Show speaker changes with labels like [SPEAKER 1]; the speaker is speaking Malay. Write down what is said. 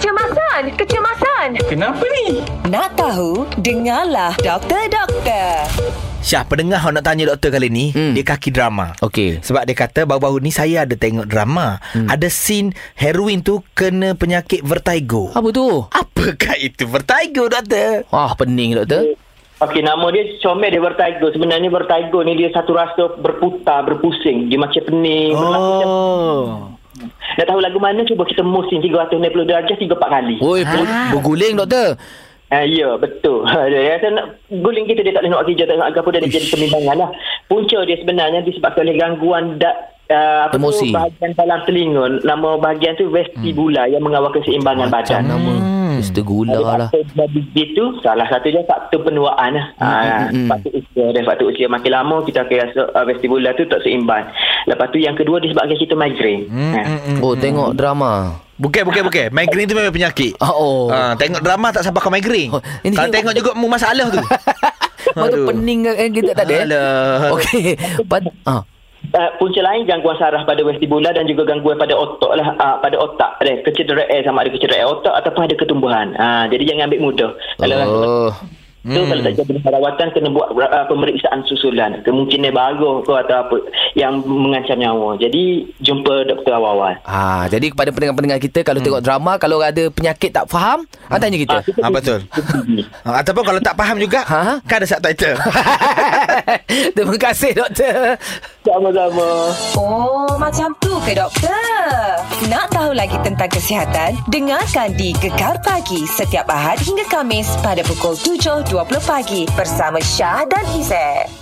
[SPEAKER 1] Kecemasan, kecemasan.
[SPEAKER 2] Kenapa ni?
[SPEAKER 3] Nak tahu? Dengarlah Doktor Doktor.
[SPEAKER 4] Syah, pendengar awak nak tanya doktor kali ni, hmm.
[SPEAKER 5] Hmm.
[SPEAKER 4] dia kaki drama.
[SPEAKER 5] Okey.
[SPEAKER 4] Sebab dia kata baru-baru ni saya ada tengok drama. Hmm. Ada scene heroin tu kena penyakit vertigo.
[SPEAKER 5] Apa tu?
[SPEAKER 4] Apakah itu vertigo, doktor?
[SPEAKER 5] Ah, pening doktor.
[SPEAKER 6] Okey, nama dia comel dia vertigo. Sebenarnya vertigo ni dia satu rasa berputar, berpusing. Dia macam pening, berlaku macam
[SPEAKER 4] Oh.
[SPEAKER 6] Nak tahu lagu mana cuba kita musim 360 darjah 3 4 kali. Oh.
[SPEAKER 4] Ha.
[SPEAKER 5] Oi, ah. berguling doktor.
[SPEAKER 6] Eh, ya, betul. Dia rasa nak guling kita dia tak boleh nak kerja, tak boleh nak apa dia, dia jadi kebimbangan lah. Punca dia sebenarnya disebabkan oleh gangguan da, Uh, apa tu
[SPEAKER 5] Emosi.
[SPEAKER 6] bahagian dalam telinga nama bahagian tu vestibula hmm. yang mengawalkan seimbangan badan
[SPEAKER 5] nama.
[SPEAKER 4] Hmm.
[SPEAKER 5] Mr. Gula
[SPEAKER 6] Kalau
[SPEAKER 5] lah.
[SPEAKER 6] faktor Jadi gitu salah satunya faktor penuaan lah. Hmm, ha,
[SPEAKER 5] hmm, hmm.
[SPEAKER 6] faktor usia dan faktor usia makin lama kita akan rasa uh, vestibular tu tak seimbang. Lepas tu yang kedua disebabkan kita migraine.
[SPEAKER 4] Mm,
[SPEAKER 6] Hmm, ha.
[SPEAKER 5] Oh, tengok drama.
[SPEAKER 4] Bukan, bukan, bukan. Migraine tu memang penyakit.
[SPEAKER 5] Ah, oh.
[SPEAKER 4] Ah, tengok drama tak sampai kau migraine.
[SPEAKER 5] Oh,
[SPEAKER 4] Oh,
[SPEAKER 5] ini-
[SPEAKER 4] tak tengok juga mu masalah tu.
[SPEAKER 5] Lepas tu pening kan kita tak ada. eh?
[SPEAKER 4] Alah.
[SPEAKER 5] Okey. Pad- ah.
[SPEAKER 6] Uh, punca lain gangguan saraf pada vestibular dan juga gangguan pada otak lah uh, pada otak ada kecederaan sama ada kecederaan otak ataupun ada ketumbuhan uh, jadi jangan ambil mudah kalau oh.
[SPEAKER 5] Oh.
[SPEAKER 6] tu hmm. kalau tak jadi perawatan kena buat uh, pemeriksaan susulan kemungkinan baru ke atau apa yang mengancam nyawa jadi jumpa doktor awal-awal
[SPEAKER 5] Ah, jadi kepada pendengar-pendengar kita
[SPEAKER 4] Hmm.
[SPEAKER 5] kalau tengok drama kalau ada penyakit tak faham, ah, tanya kita.
[SPEAKER 4] Ah, betul. Ah, ataupun kalau tak faham juga,
[SPEAKER 5] Ha?
[SPEAKER 4] kan ada subtitle.
[SPEAKER 5] Terima kasih doktor.
[SPEAKER 6] sama-sama
[SPEAKER 3] Oh, macam tu ke doktor? Nak tahu lagi tentang kesihatan? Dengarkan di Gegar Pagi setiap Ahad hingga Kamis pada pukul 7.20 pagi bersama Syah dan Izzet.